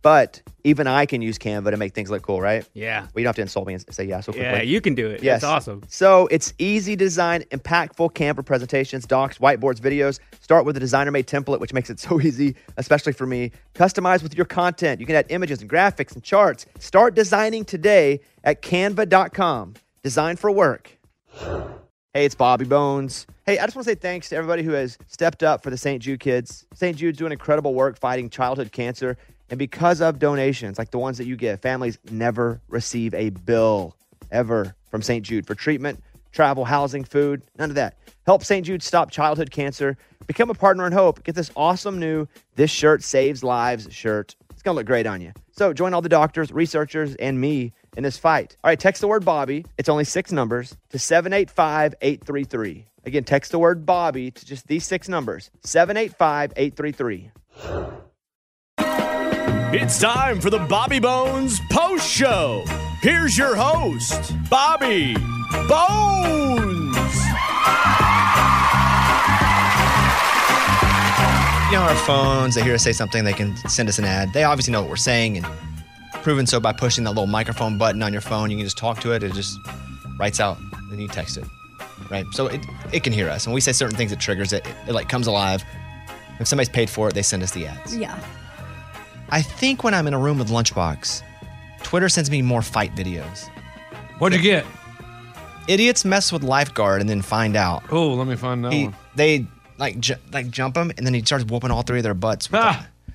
But even I can use Canva to make things look cool, right? Yeah. Well, you don't have to insult me and say yeah so quickly. Yeah, you can do it. Yes. It's awesome. So it's easy to design impactful Canva presentations, docs, whiteboards, videos. Start with a designer made template, which makes it so easy, especially for me. Customize with your content. You can add images and graphics and charts. Start designing today at canva.com. Design for work. Hey, it's Bobby Bones. Hey, I just want to say thanks to everybody who has stepped up for the St. Jude kids. St. Jude's doing incredible work fighting childhood cancer. And because of donations like the ones that you give, families never receive a bill ever from St. Jude for treatment, travel, housing, food, none of that. Help St. Jude stop childhood cancer. Become a partner in hope. Get this awesome new This Shirt Saves Lives shirt. It's going to look great on you. So join all the doctors, researchers, and me in this fight. All right, text the word Bobby. It's only six numbers to 785 833. Again, text the word Bobby to just these six numbers 785 833. It's time for the Bobby Bones Post Show. Here's your host, Bobby Bones. You know, our phones, they hear us say something, they can send us an ad. They obviously know what we're saying and proven so by pushing that little microphone button on your phone. You can just talk to it, it just writes out, then you text it. Right? So it, it can hear us. When we say certain things, it triggers it. It, it like comes alive. If somebody's paid for it, they send us the ads. Yeah. I think when I'm in a room with Lunchbox, Twitter sends me more fight videos. What'd you get? Idiots mess with lifeguard and then find out. Oh, let me find that He, one. they like ju- like jump him and then he starts whooping all three of their butts. with Ah. the-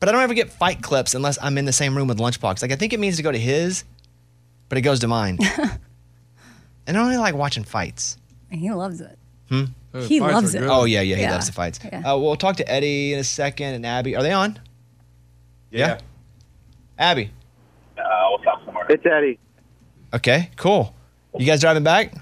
But I don't ever get fight clips unless I'm in the same room with Lunchbox. Like I think it means to go to his, but it goes to mine. and I don't really like watching fights. He loves it. Those He fights Uh, are loves it. good. Oh yeah, yeah, he Um, Yeah. loves the fights. Yeah. Uh, we'll talk to Eddie in a second and Abby. Are they on? Yeah. Abby. Uh, what's up, Samar? It's Eddie. Okay, cool. You guys driving back?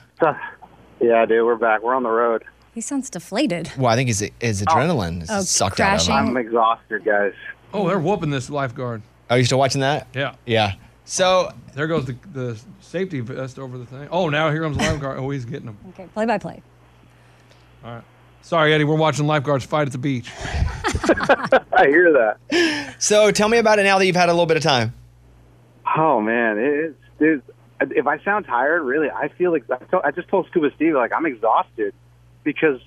Yeah, dude, we're back. We're on the road. He sounds deflated. Well, I think his his adrenaline is Oh, sucked out of him. crashing. I'm exhausted, guys. Oh, they're whooping this lifeguard. Are Oh, you still watching that? Yeah. Yeah. So There goes the, the safety vest over the thing. Oh, now here comes the lifeguard. Oh, he's getting him. Okay, play by play. Sorry, Eddie. We're watching lifeguards fight at the beach. I hear that. so tell me about it now that you've had a little bit of time. Oh man, it's dude. If I sound tired, really, I feel like I, told, I just told Scuba Steve like I'm exhausted because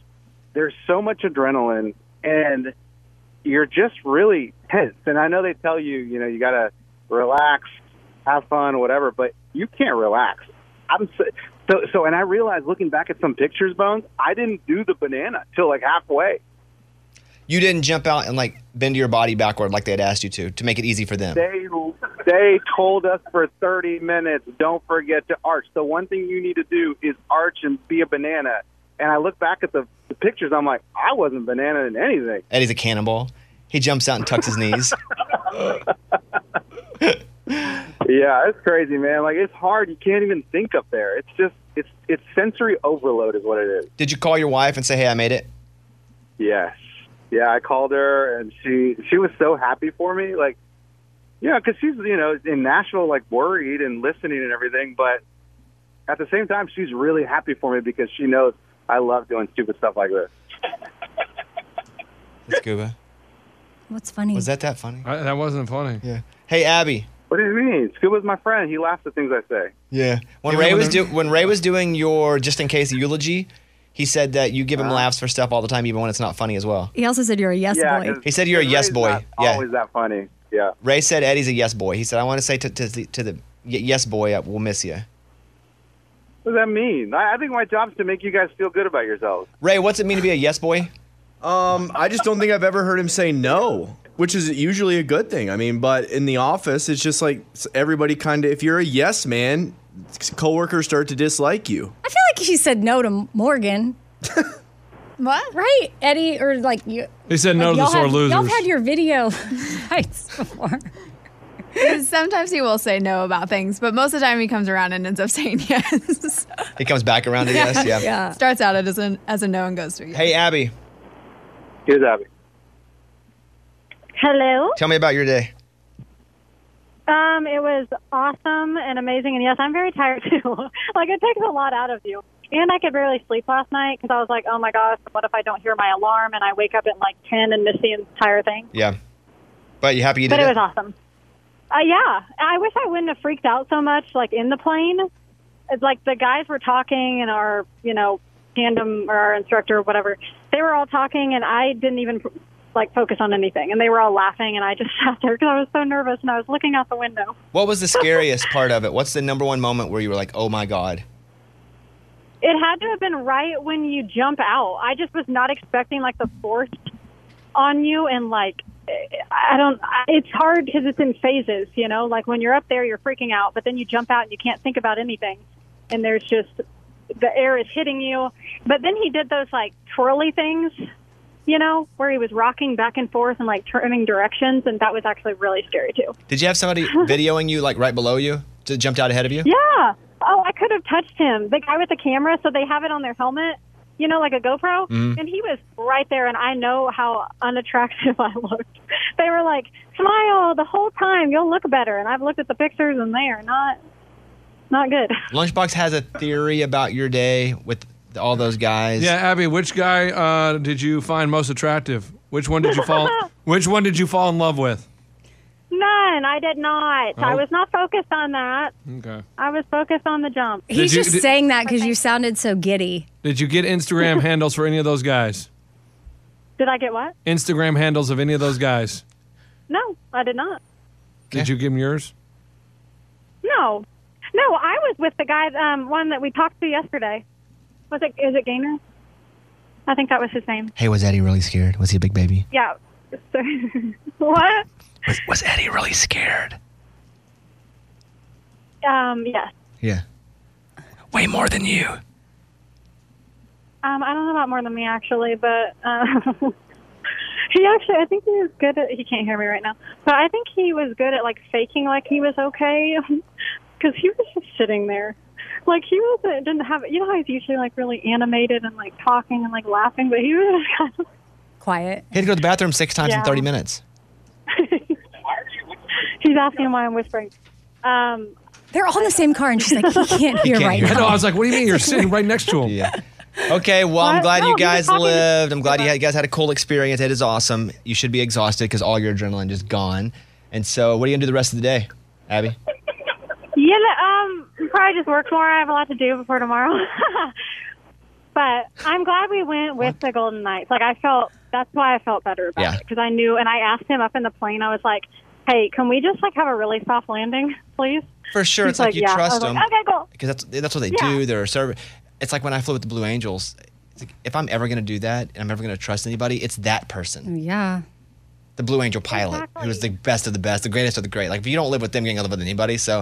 there's so much adrenaline and you're just really tense. And I know they tell you, you know, you gotta relax, have fun, whatever, but you can't relax. I'm so so, so and I realized looking back at some pictures, Bones, I didn't do the banana till like halfway. You didn't jump out and like bend your body backward like they had asked you to to make it easy for them. they they told us for 30 minutes don't forget to arch the one thing you need to do is arch and be a banana and i look back at the, the pictures i'm like i wasn't banana in anything Eddie's a cannibal. He jumps out and tucks his knees. yeah it's crazy man like it's hard you can't even think up there it's just it's it's sensory overload is what it is Did you call your wife and say, "Hey, I made it"? yes yeah i called her and she she was so happy for me like yeah because she's you know in nashville like worried and listening and everything but at the same time she's really happy for me because she knows i love doing stupid stuff like this Scuba. What's funny? Was that that funny? I, that wasn't funny. Yeah. Hey, Abby. What do you mean? Scuba's my friend. He laughs at things I say. Yeah. When You Ray remember was the- do- when Ray was doing your just in case eulogy, he said that you give him laughs for stuff all the time, even when it's not funny as well. he also said you're a yes yeah, boy. 'cause- He said you're a 'cause yes Ray's boy. not Yeah. Always that funny. Yeah. Ray said Eddie's a yes boy. He said, "I want to say to to the, to the y- yes boy, uh, we'll miss you." What does that mean? I, I think my job's to make you guys feel good about yourselves. Ray, what's it mean to be a yes boy? Um, I just don't think I've ever heard him say no, which is usually a good thing. I mean, but in the office, it's just like s- everybody kind of, if you're a yes man, s- coworkers start to dislike you. I feel like he said no to Morgan, What? right, Eddie? Or like you? He said no like to the y'all sore have, losers. Y'all have had your video nights before. Sometimes he will say no about things, but most of the time he comes around and ends up saying yes. He comes back around to yes. Yeah. Yeah. Starts out as a, as a no and goes to a yes. Hey, Abby, Here's Abby. Hello. tell me about your day. Um, it was awesome and amazing, and yes, I'm very tired too. like it takes a lot out of you. And I could barely sleep last night because I was like, "Oh my gosh, what if I don't hear my alarm and I wake up at like ten and miss the entire thing?" Yeah. But you happy you did But it it? was awesome. Uh, yeah, I wish I wouldn't have freaked out so much, like in the plane. It's like the guys were talking, and our, you know, tandem or our instructor, or whatever, they were all talking, and I didn't even like focus on anything, and they were all laughing, and I just sat there because I was so nervous, and I was looking out the window. What was the scariest part of it? What's the number one moment where you were like, oh my God? It had to have been right when you jump out. I just was not expecting like the force on you and like I don't. I- It's hard because it's in phases, you know. Like when you're up there, you're freaking out, but then you jump out and you can't think about anything, and there's just the air is hitting you. But then he did those like twirly things, you know, where he was rocking back and forth and like turning directions, and that was actually really scary too. Did you have somebody videoing you like right below you? Just jumped out ahead of you? Yeah. Oh, I could have touched him. The guy with the camera, so they have it on their helmet, you know, like a GoPro. And he was right there, and I know how unattractive I looked. They were like, smile the whole time. You'll look better. And I've looked at the pictures, and they are not, not good. Lunchbox has a theory about your day with all those guys. yeah, Abby, which guy uh, did you find most attractive? Which one did you fall? which one did you fall in love with? None. I did not. I Oh. was not focused on that. Okay. I was focused on the jump. He's you- just did- saying that because you sounded so giddy. Did you get Instagram handles for any of those guys? Did I get what? Instagram handles of any of those guys? No, I did not. Did you give him yours? No. No, I was with the guy, um, one that we talked to yesterday. Was it, is it Gaynor? I think that was his name. Hey, was Eddie really scared? Was he a big baby? Yeah. So, what? Was, was Eddie really scared? Um, yes. Yeah. Way more than you. Um, I don't know about more than me actually, but um, he actually, I think he was good at. He can't hear me right now, but I think he was good at like faking like he was okay, because he was just sitting there, like he wasn't didn't have. You know how he's usually like really animated and like talking and like laughing, but he was just kind of. Quiet. He had to go to the bathroom six times in Yeah. 30 minutes. He's asking why I'm whispering. Um, They're all in the same car, and she's like, he can't hear can't right hear. Yeah, now. no, I was like, what do you mean? You're sitting right next to him. Yeah. Okay, well, I'm What? glad No, you he was guys talking to- lived. I'm glad you, had, you guys had a cool experience. It is awesome. You should be exhausted because all your adrenaline is gone. And so, what are you going to do the rest of the day, Abby? yeah, um, probably just work more. I have a lot to do before tomorrow. but I'm glad we went with the Golden Knights. Like I felt that's why I felt better about Yeah. it because I knew and I asked him up in the plane. I was like, "Hey, can we just like have a really soft landing, please?" For sure, He's it's like, you yeah. I trust was them. Like, okay, cool. because that's that's what they Yeah. do. They're a serv- It's like when I flew with the Blue Angels. It's like, if I'm ever gonna do that and I'm ever gonna trust anybody, it's that person, yeah. the Blue Angel pilot, who is the best of the best, the greatest of the great. Like if you don't live with them, you're gonna live with anybody. So,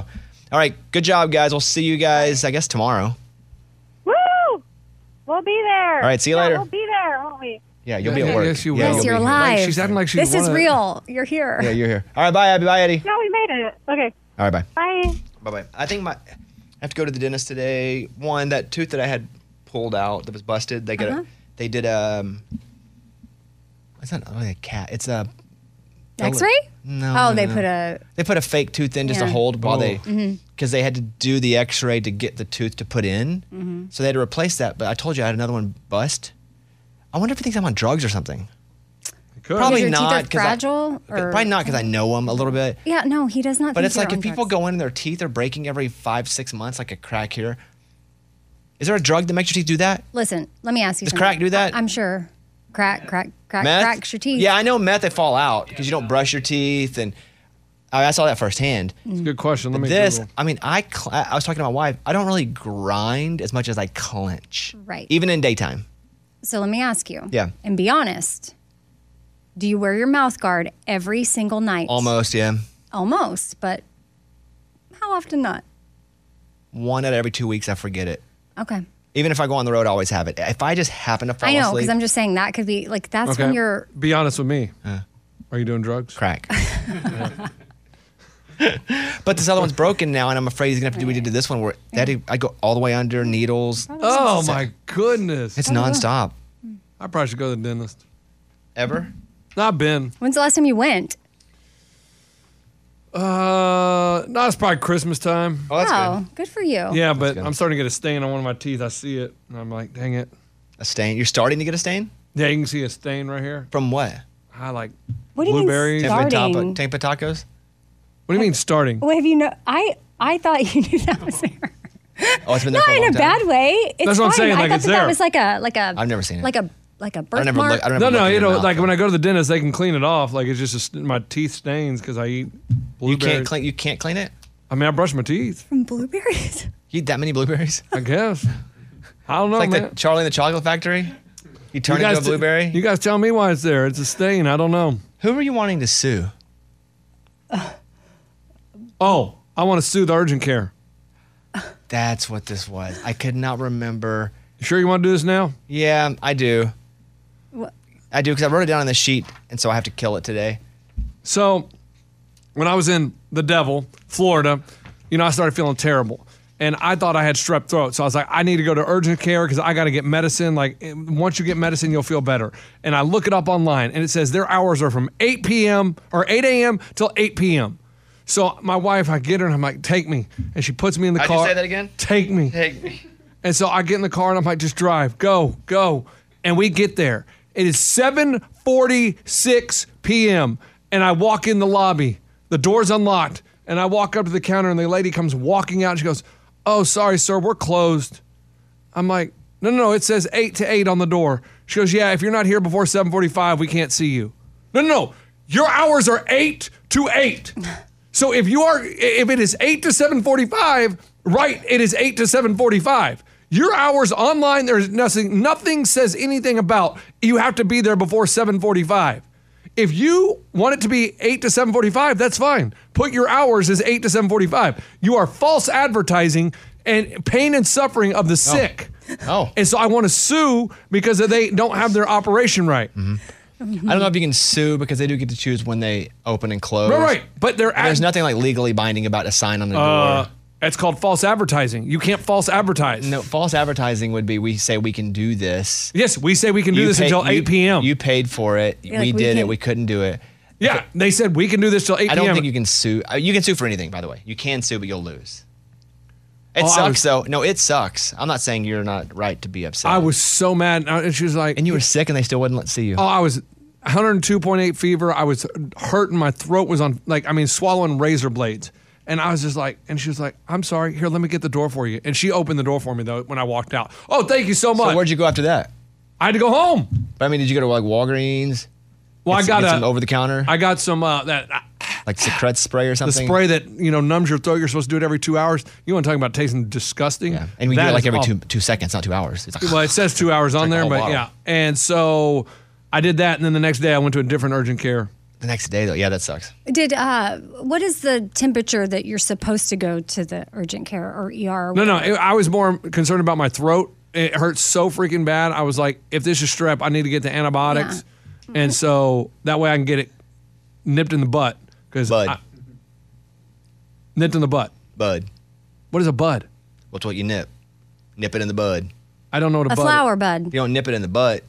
all right, good job, guys. We'll see you guys, I guess tomorrow. Woo! We'll be there. All right, see you yeah, later. We'll be there, won't we? Yeah, you'll be at Yeah, work. yes, yeah, you will. you'll Yes, be you're here. alive. Like, she's acting like she This is wanna- real. You're here. Yeah, you're here. All right, bye, Abby. Bye, Eddie. No, we made it. Okay, All right, bye. bye. Bye, bye. I think my I have to go to the dentist today. One that tooth that I had pulled out that was busted. They got Uh-huh. a, they did um. It's not really a cat. It's a X-ray? No. Oh, no, they no. put a. They put a fake tooth in just to Yeah. Mm-hmm. hold while they, because they had to do the X-ray to get the tooth to put in. Mm-hmm. So they had to replace that. But I told you I had another one bust. I wonder if he thinks I'm on drugs or something. Could. Probably your teeth not. are 'cause I- fragile, or- probably not because I know him a little bit. Yeah, no, he does not. But think it's like if you're on people drugs. go in and their teeth are breaking every five six months, like a crack here. Is there a drug that makes your teeth do that? Listen, let me ask you. Does something. crack do that? I, am sure. Crack, crack, crack, Meth? cracks your teeth. Yeah, I know meth. They fall out because you don't brush your teeth, and I, I saw that firsthand. That's a good question. Let me this Google. i mean i cl- i was talking to my wife i don't really grind as much as i clench Right. even in daytime So let me ask you Yeah. and be honest. Do you wear your mouth guard every single night? Almost, yeah. Almost, but how often not? One out of every two weeks, I forget it. Okay. Even if I go on the road, I always have it. If I just happen to fall I know, asleep, because I'm just saying that could be like that's when you're Be honest with me. Are you doing drugs? Crack. but this other one's broken now, and I'm afraid he's gonna have to do what he did to this one, where daddy, I go all the way under needles. Oh my goodness. It's nonstop. I probably should go to the dentist. Ever? Not been. When's the last time you went? Uh, no, it's probably Christmas time. Oh, oh, good. for you. Yeah, but I'm starting to get a stain on one of my teeth. I see it, and I'm like, dang it. A stain? You're starting to get a stain? Yeah, you can see a stain right here. From what? I like What do you mean blueberries. Tempe starting? tempe tapa- tacos? What do you mean starting? Well, have you know? I I thought you knew that was there. Oh, it's been there Not for a in long a time. bad way. It's That's what I'm fine. saying, I like, thought it's that, there. that was like a like a. I've never seen it. Like a like a I birthmark. never look- I don't no, no, no, you know, like when I go to the dentist, they can clean it off. Like it's just a st- my teeth stains because I eat You blueberries. can't clean. You can't clean it. I mean, I brush my teeth. From blueberries. You eat that many blueberries? I guess. I don't know, It's like Oh, man. the Charlie and the Chocolate Factory. You turn into a guys- blueberry. you guys tell me why it's there. It's a stain. I don't know. Who are you wanting to sue? Oh, I want to sue the urgent care. That's what this was. I could not remember. sure you want to do this now? Yeah, I do. What? I do because I wrote it down on the sheet, and so I have to kill it today. So when I was in the devil, Florida, you know, I started feeling terrible. And I thought I had strep throat. So I was like, I need to go to urgent care because I got to get medicine. Like, eh, once you get medicine, you'll feel better. And I look it up online and it says their hours are from 8 p.m. or 8 a.m. till 8 p.m. So my wife, I get her and I'm like, take me. And she puts me in the How'd you car. say that again? Take me. And so I get in the car and I'm like, just drive, go, go. And we get there. It is 7:46 p.m. And I walk in the lobby. The door's unlocked. And I walk up to the counter and the lady comes walking out. She goes, Oh, sorry, sir, we're closed. I'm like, no, no, no, it says eight to eight on the door. She goes, Yeah, if you're not here before 745, we can't see you. No, no, no. Your hours are eight to eight. So if you are if it is eight to 745, right, it is eight to 745. Your hours online, there's nothing, nothing says anything about you have to be there before 745. If you want it to be 8 to 745, that's fine. Put your hours as 8 to 745. You are false advertising and pain and suffering of the sick. Oh. And so I want to sue because they don't have their operation right. Mm-hmm. I don't know if you can sue because they do get to choose when they open and close. Right, right. But they're And there's nothing like legally binding about a sign on the Uh, door. it's called false advertising. You can't false advertise. No, false advertising would be we say we can do this. Yes, we say we can do You this pay- until you- 8 p.m. You paid for it. Yeah, we like, we did it. can't- We couldn't do it. Yeah, they said we can do this till 8 I don't p.m. think you can sue. uh, You can sue for anything, by the way. You can sue, but you'll lose. It Oh, I sucks, was- though. No, it sucks. I'm not saying you're not right to be upset. I was so mad. And I- and she was like, And you were sick and they still wouldn't let see you. Oh, I was 102.8 fever. I was hurting. My throat was on, like, I mean, swallowing razor blades. And I was just like, and she was like, I'm sorry. Here, let me get the door for you. And she opened the door for me, though, when I walked out. Oh, thank you so much. So where'd you go after that? I had to go home. But I mean, did you go to like Walgreens? Well, Get I some- got get a- some over the counter, I got some, uh, that, like Secret spray or the something. spray that, you know, numbs your throat. You're supposed to do it every two hours. You want to talk about tasting disgusting? Yeah. and we do it like every two two seconds, not two hours. It's like, well, it says two hours Drink on the there, whole but bottle. yeah. And so I did that, and then the next day I went to a different urgent care. The next day, though, yeah, that sucks. Did uh, what is the temperature that you're supposed to go to the urgent care or ER? or No, no, it- I was more concerned about my throat. It hurts so freaking bad. I was like, if this is strep, I need to get the antibiotics, and so that way I can get it nipped in the butt. Because nipped in the butt. Bud. What is a bud? What's what you nip? Nip it in the bud. I don't know what a, A bud. flower bud. You don't nip it in the butt.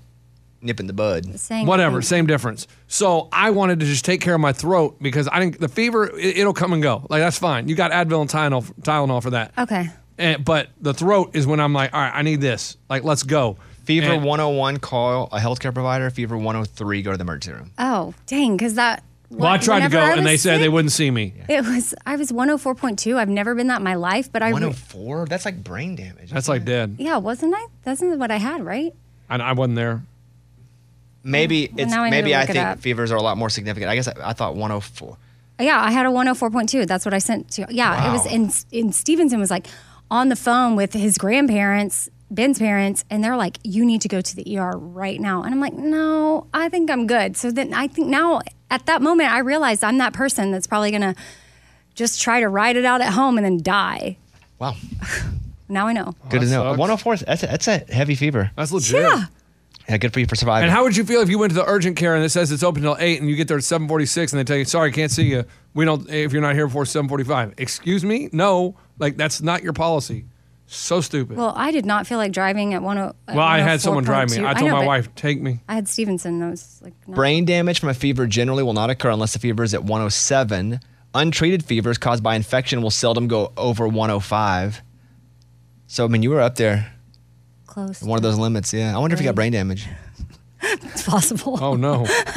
Nip in the bud. Same Whatever, thing. same difference. So I wanted to just take care of my throat because I didn't. The fever, it, it'll come and go. Like that's fine. You got Advil and Tylenol, Tylenol for that. Okay. And, but the throat is when I'm like, all right, I need this. Like, let's go. Fever And- 101, call a healthcare provider. Fever 103, go to the emergency room. Oh dang, because that. Well, I tried to whenever go, I and was they said they sick, wouldn't see me. It was I was 104.2. I've never been that in my life, but I. oh Re- 104? That's like brain damage. That's like dead. yeah, wasn't I? That's not what I had, right? And I wasn't there. Maybe it's Mm. now I need maybe to I look it think up. fevers are a lot more significant. I guess I, I thought 104. Yeah, I had a 104.2. That's what I sent to. Yeah, it was. Wow. And, and Stevenson was like on the phone with his grandparents Ben's parents, and they're like, "You need to go to the ER right now." And I'm like, "No, I think I'm good." So then I think now at that moment I realized I'm that person that's probably gonna just try to ride it out at home and then die. Wow. now I know. Good to know. 104. That's a, that's a heavy fever. That's legit. Yeah. Yeah, good for you for surviving. And how would you feel if you went to the urgent care and it says it's open till eight, and you get there at seven forty six, and they tell you, "Sorry, can't see you. We don't. If you're not here before seven forty five, excuse me, no, like that's not your policy. So stupid. Well, Well, I did not feel like driving at one. o- at I had someone drive me. 104.2. I told know, my but wife, "Take me." I had Stevenson. and I was like, Brain damage from a fever generally will not occur unless the fever is at 107. Untreated fevers caused by infection will seldom go over 105. So, I mean, you were up there. Close. One of those limits, yeah. I wonder if you got brain damage. it's possible. Oh, no.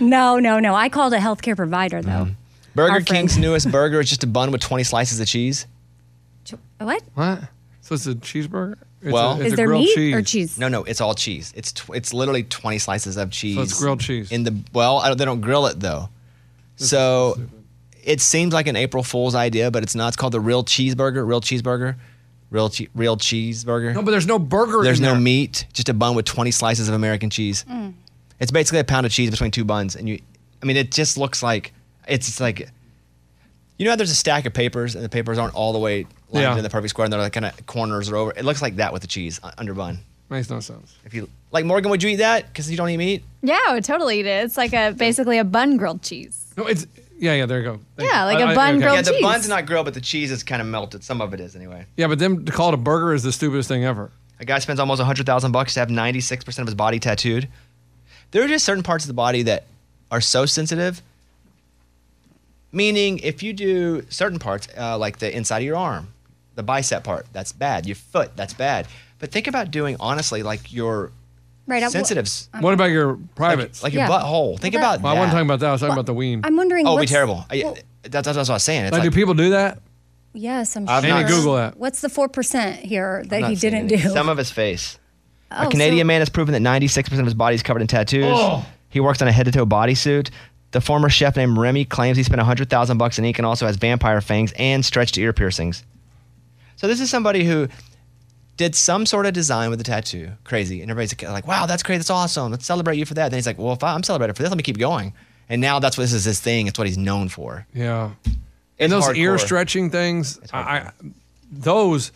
no, no, no. I called a healthcare provider though. Mm-hmm. Burger King's newest burger is just a bun with 20 slices of cheese. What? What? So it's a cheeseburger? It's well, a, it's a grilled cheese. No, no, it's all cheese. It's tw- it's literally 20 slices of cheese. it's grilled cheese. In the well, I don't, they don't grill it though. so it seems like an April Fool's idea, but it's not. It's called the real cheeseburger. Real cheeseburger. Real che- real cheeseburger. No, but there's no burger. There's in no there. meat. Just a bun with 20 slices of American cheese. It's basically a pound of cheese between two buns, and you. I mean, it just looks like it's just like. You know how there's a stack of papers, and the papers aren't all the way lined Yeah. in the perfect square, and they're like kind of corners are over. It looks like that with the cheese uh, under bun. Makes no sense. If you like, Morgan, would you eat that? Because you don't eat meat. Yeah, I would totally eat it. It's like a basically a bun grilled cheese. No, it's yeah, yeah. There you go. Yeah, like a a bun grilled yeah, the cheese. bun's not grilled, but the cheese is kind of melted. Some of it is anyway. Yeah, but them to call it a burger is the stupidest thing ever. A guy spends almost hundred thousand bucks to have ninety six percent of his body tattooed. There are just certain parts of the body that are so sensitive. Meaning, if you do certain parts, uh, like the inside of your arm, the bicep part, that's bad. Your foot, that's bad. But think about doing honestly, like your Right. I- sensitives. What about your privates? like your Yeah. butthole. Think about Well, I wasn't that. talking about that. I was talking about the ween. I'm wondering. Oh, it'd be what's- terrible. I- that's, that's what I was saying. It's Like, do like- people do that? Yes, I'm I've sure. not- Amy, Google that. What's the four percent here I've that not he seen didn't any. do? Some of his face. Oh, a Canadian so- man has proven that 96% of his body is covered in tattoos. Oh. He works on a head to toe bodysuit. The former chef named Remy claims he spent 100,000 bucks in ink and also has vampire fangs and stretched ear piercings. So this is somebody who did some sort of design with a tattoo. Crazy. And everybody's like, wow, that's great. That's awesome. Let's celebrate you for that. Then he's like, well, if I, I'm celebrated for this, let me keep going. And now that's what this is his thing. It's what he's known for. Yeah. It's And those ear hardcore. stretching things, I, I those.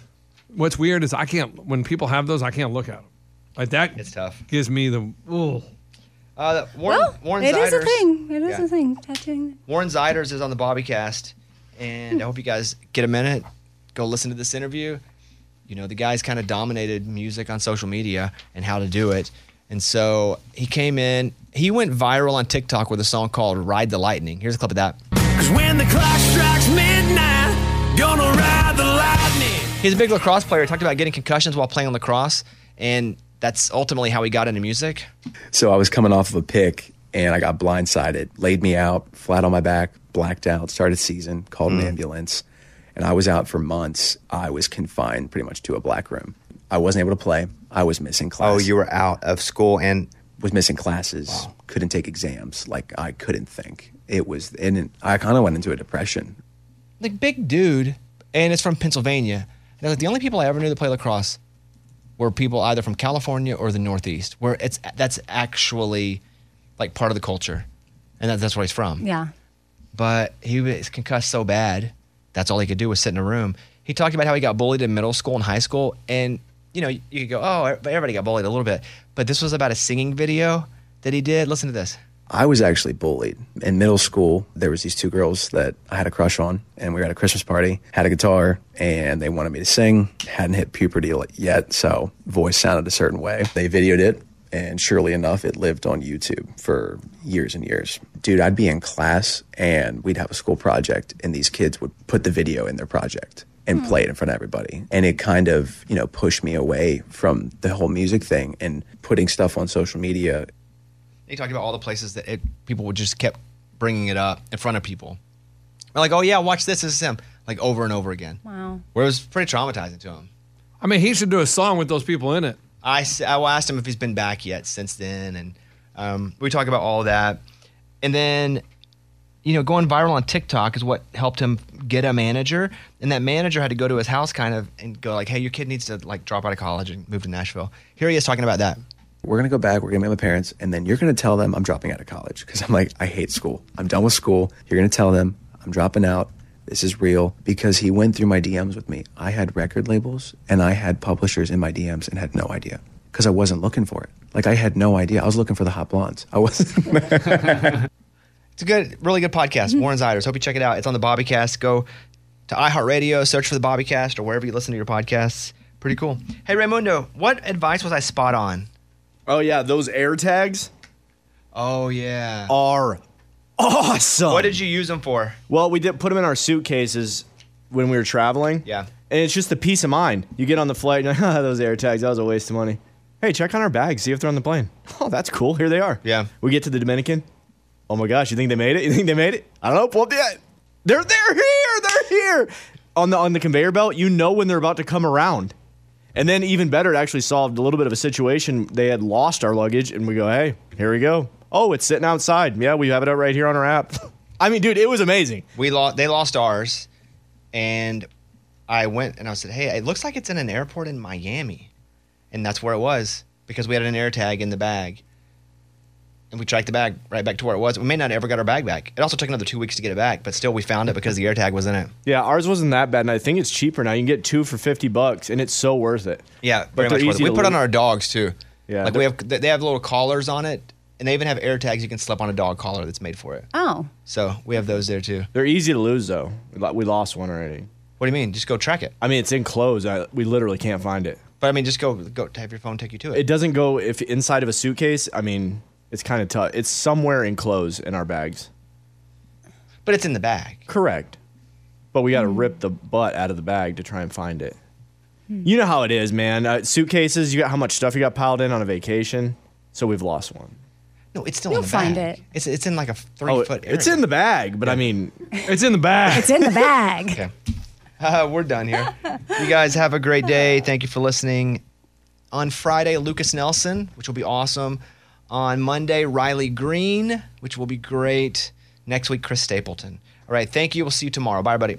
What's weird is I can't when people have those, I can't look at them. Like that. It's tough. Gives me the. Ugh. Uh, Warren, well, Warren it is a Ziders- thing. It is Yeah. a thing. Tattooing. Warren Ziders is on the Bobbycast, and I hope you guys get a minute, go listen to this interview. You know, the guy's kind of dominated music on social media and how to do it. And so he came in, he went viral on TikTok with a song called Ride the Lightning. Here's a clip of that. Cause when the clock strikes midnight, gonna ride the lightning. He's a big lacrosse player. He talked about getting concussions while playing lacrosse, and that's ultimately how he got into music. So I was coming off of a pick and I got blindsided, laid me out, flat on my back, blacked out, started season, called Hmm. an ambulance, and I was out for months. I was confined pretty much to a black room. I wasn't able to play. I was missing class. Oh, you were out of school and was missing classes, couldn't take exams, like I couldn't think. It was and I kind of went into a depression. Like, big dude, and it's from Pennsylvania. And I was like, the only people I ever knew that play lacrosse were people either from California or the Northeast, where it's that's actually like part of the culture, and that, that's where he's from. Yeah. But he was concussed so bad, that's all he could do was sit in a room. He talked about how he got bullied in middle school and high school, and you know you could go, oh, everybody got bullied a little bit, but this was about a singing video that he did. Listen to this. I was actually bullied in middle school. There was these two girls that I had a crush on, and we were at a Christmas party. Had a guitar, and they wanted me to sing. Hadn't hit puberty li- yet, so voice sounded a certain way. They videoed it, and surely enough, it lived on YouTube for years and years. Dude, I'd be in class, and we'd have a school project, and these kids would put the video in their project and play it in front of everybody. And it kind of, you know, pushed me away from the whole music thing and putting stuff on social media He talked about all the places that it, people would just kept bringing it up in front of people. They're like, oh yeah, watch this. This is him. Like over and over again. Wow. Where it was pretty traumatizing to him. I mean, he should do a song with those people in it. I, s- I asked him if he's been back yet since then, and um, we talk about all that. And then you know, going viral on TikTok is what helped him get a manager. And that manager had to go to his house kind of and go like, "Hey, your kid needs to like drop out of college and move to Nashville." Here he is talking about that. We're going to go back. We're going to meet my parents. And then you're going to tell them I'm dropping out of college because I'm like, I hate school. I'm done with school. You're going to tell them I'm dropping out. This is real because he went through my DMs with me. I had record labels and I had publishers in my DMs and had no idea because I wasn't looking for it. Like I had no idea. I was looking for the hot blondes. I wasn't. It's a good, really good podcast. Warren Ziders. Hope you check it out. It's on the Bobbycast. Go to iHeartRadio, search for the Bobbycast, or wherever you listen to your podcasts. Pretty cool. Hey Raymundo, what advice was I spot on? Oh yeah, those air tags. Oh yeah. Are awesome. What did you use them for? Well, we did put them in our suitcases when we were traveling. Yeah. And it's just the peace of mind. You get on the flight and you're like, ah, those air tags, that was a waste of money. Hey, check on our bags, see if they're on the plane. Oh, that's cool. Here they are. Yeah. We get to the Dominican. Oh my gosh, you think they made it? You think they made it? I don't know. Pull up the They're they're here. They're here. On the on the conveyor belt, you know when they're about to come around. And then even better, it actually solved a little bit of a situation. They had lost our luggage, and we go, hey, here we go. Oh, it's sitting outside. Yeah, we have it up right here on our app. I mean, dude, it was amazing. We lost. They lost ours, and I went and I said, "Hey, it looks like it's in an airport in Miami," and that's where it was because we had an air tag in the bag, and we tracked the bag right back to where it was. We may not have ever got our bag back. It also took another two weeks to get it back, but still, we found it because the air tag was in it. Yeah, ours wasn't that bad, and I think it's cheaper now. You can get two for fifty bucks, and it's so worth it. Yeah, But very much they're worth it. easy We to put on lose. our dogs too. Yeah, like we have they have little collars on it, and they even have air tags you can slip on a dog collar that's made for it. Ah. Oh, So we have those there too. They're easy to lose though. We lo- We lost one already. What do you mean? Just go track it. I mean, it's in clothes. I, we literally can't find it. But I mean, just go go have your phone take you to it. It doesn't go if inside of a suitcase. I mean, it's kind of tough. It's somewhere in clothes in our bags. But it's in the bag. Correct. But we got to rip the butt out of the bag to try and find it. You know how it is, man. Uh, suitcases. You got how much stuff you got piled in on a vacation. So we've lost one. No, it's still you'll in the find bag. it. It's it's in like a three Oh, foot. it's in the bag, but I mean, it's in the bag. It's in the bag. Okay. Uh, we're done here. you guys have a great day. Thank you for listening. On Friday, Lucas Nelson, which will be awesome. On Monday, Riley Green, which will be great. Next week, Chris Stapleton. All right. Thank you. We'll see you tomorrow. Bye, everybody.